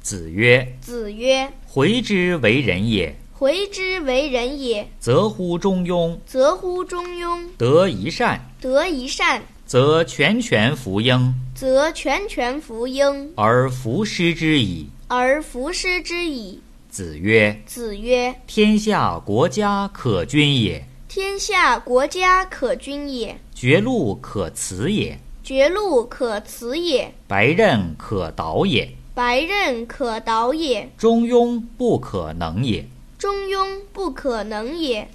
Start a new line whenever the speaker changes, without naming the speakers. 子曰
子曰：“
回之为人也，：“
回之为人也，
则乎中庸；
则乎中庸；
得一善，
得一善，
则全权服膺，
则全权服膺，
而弗失之矣。
而弗失之矣。””
子曰
子曰：“
天下国家可君也，：“
天下国家可君也，
绝路可辞也，
绝路可辞也，
白刃可导也，
白刃可导也，
中庸不可能也。”
中庸不可能也。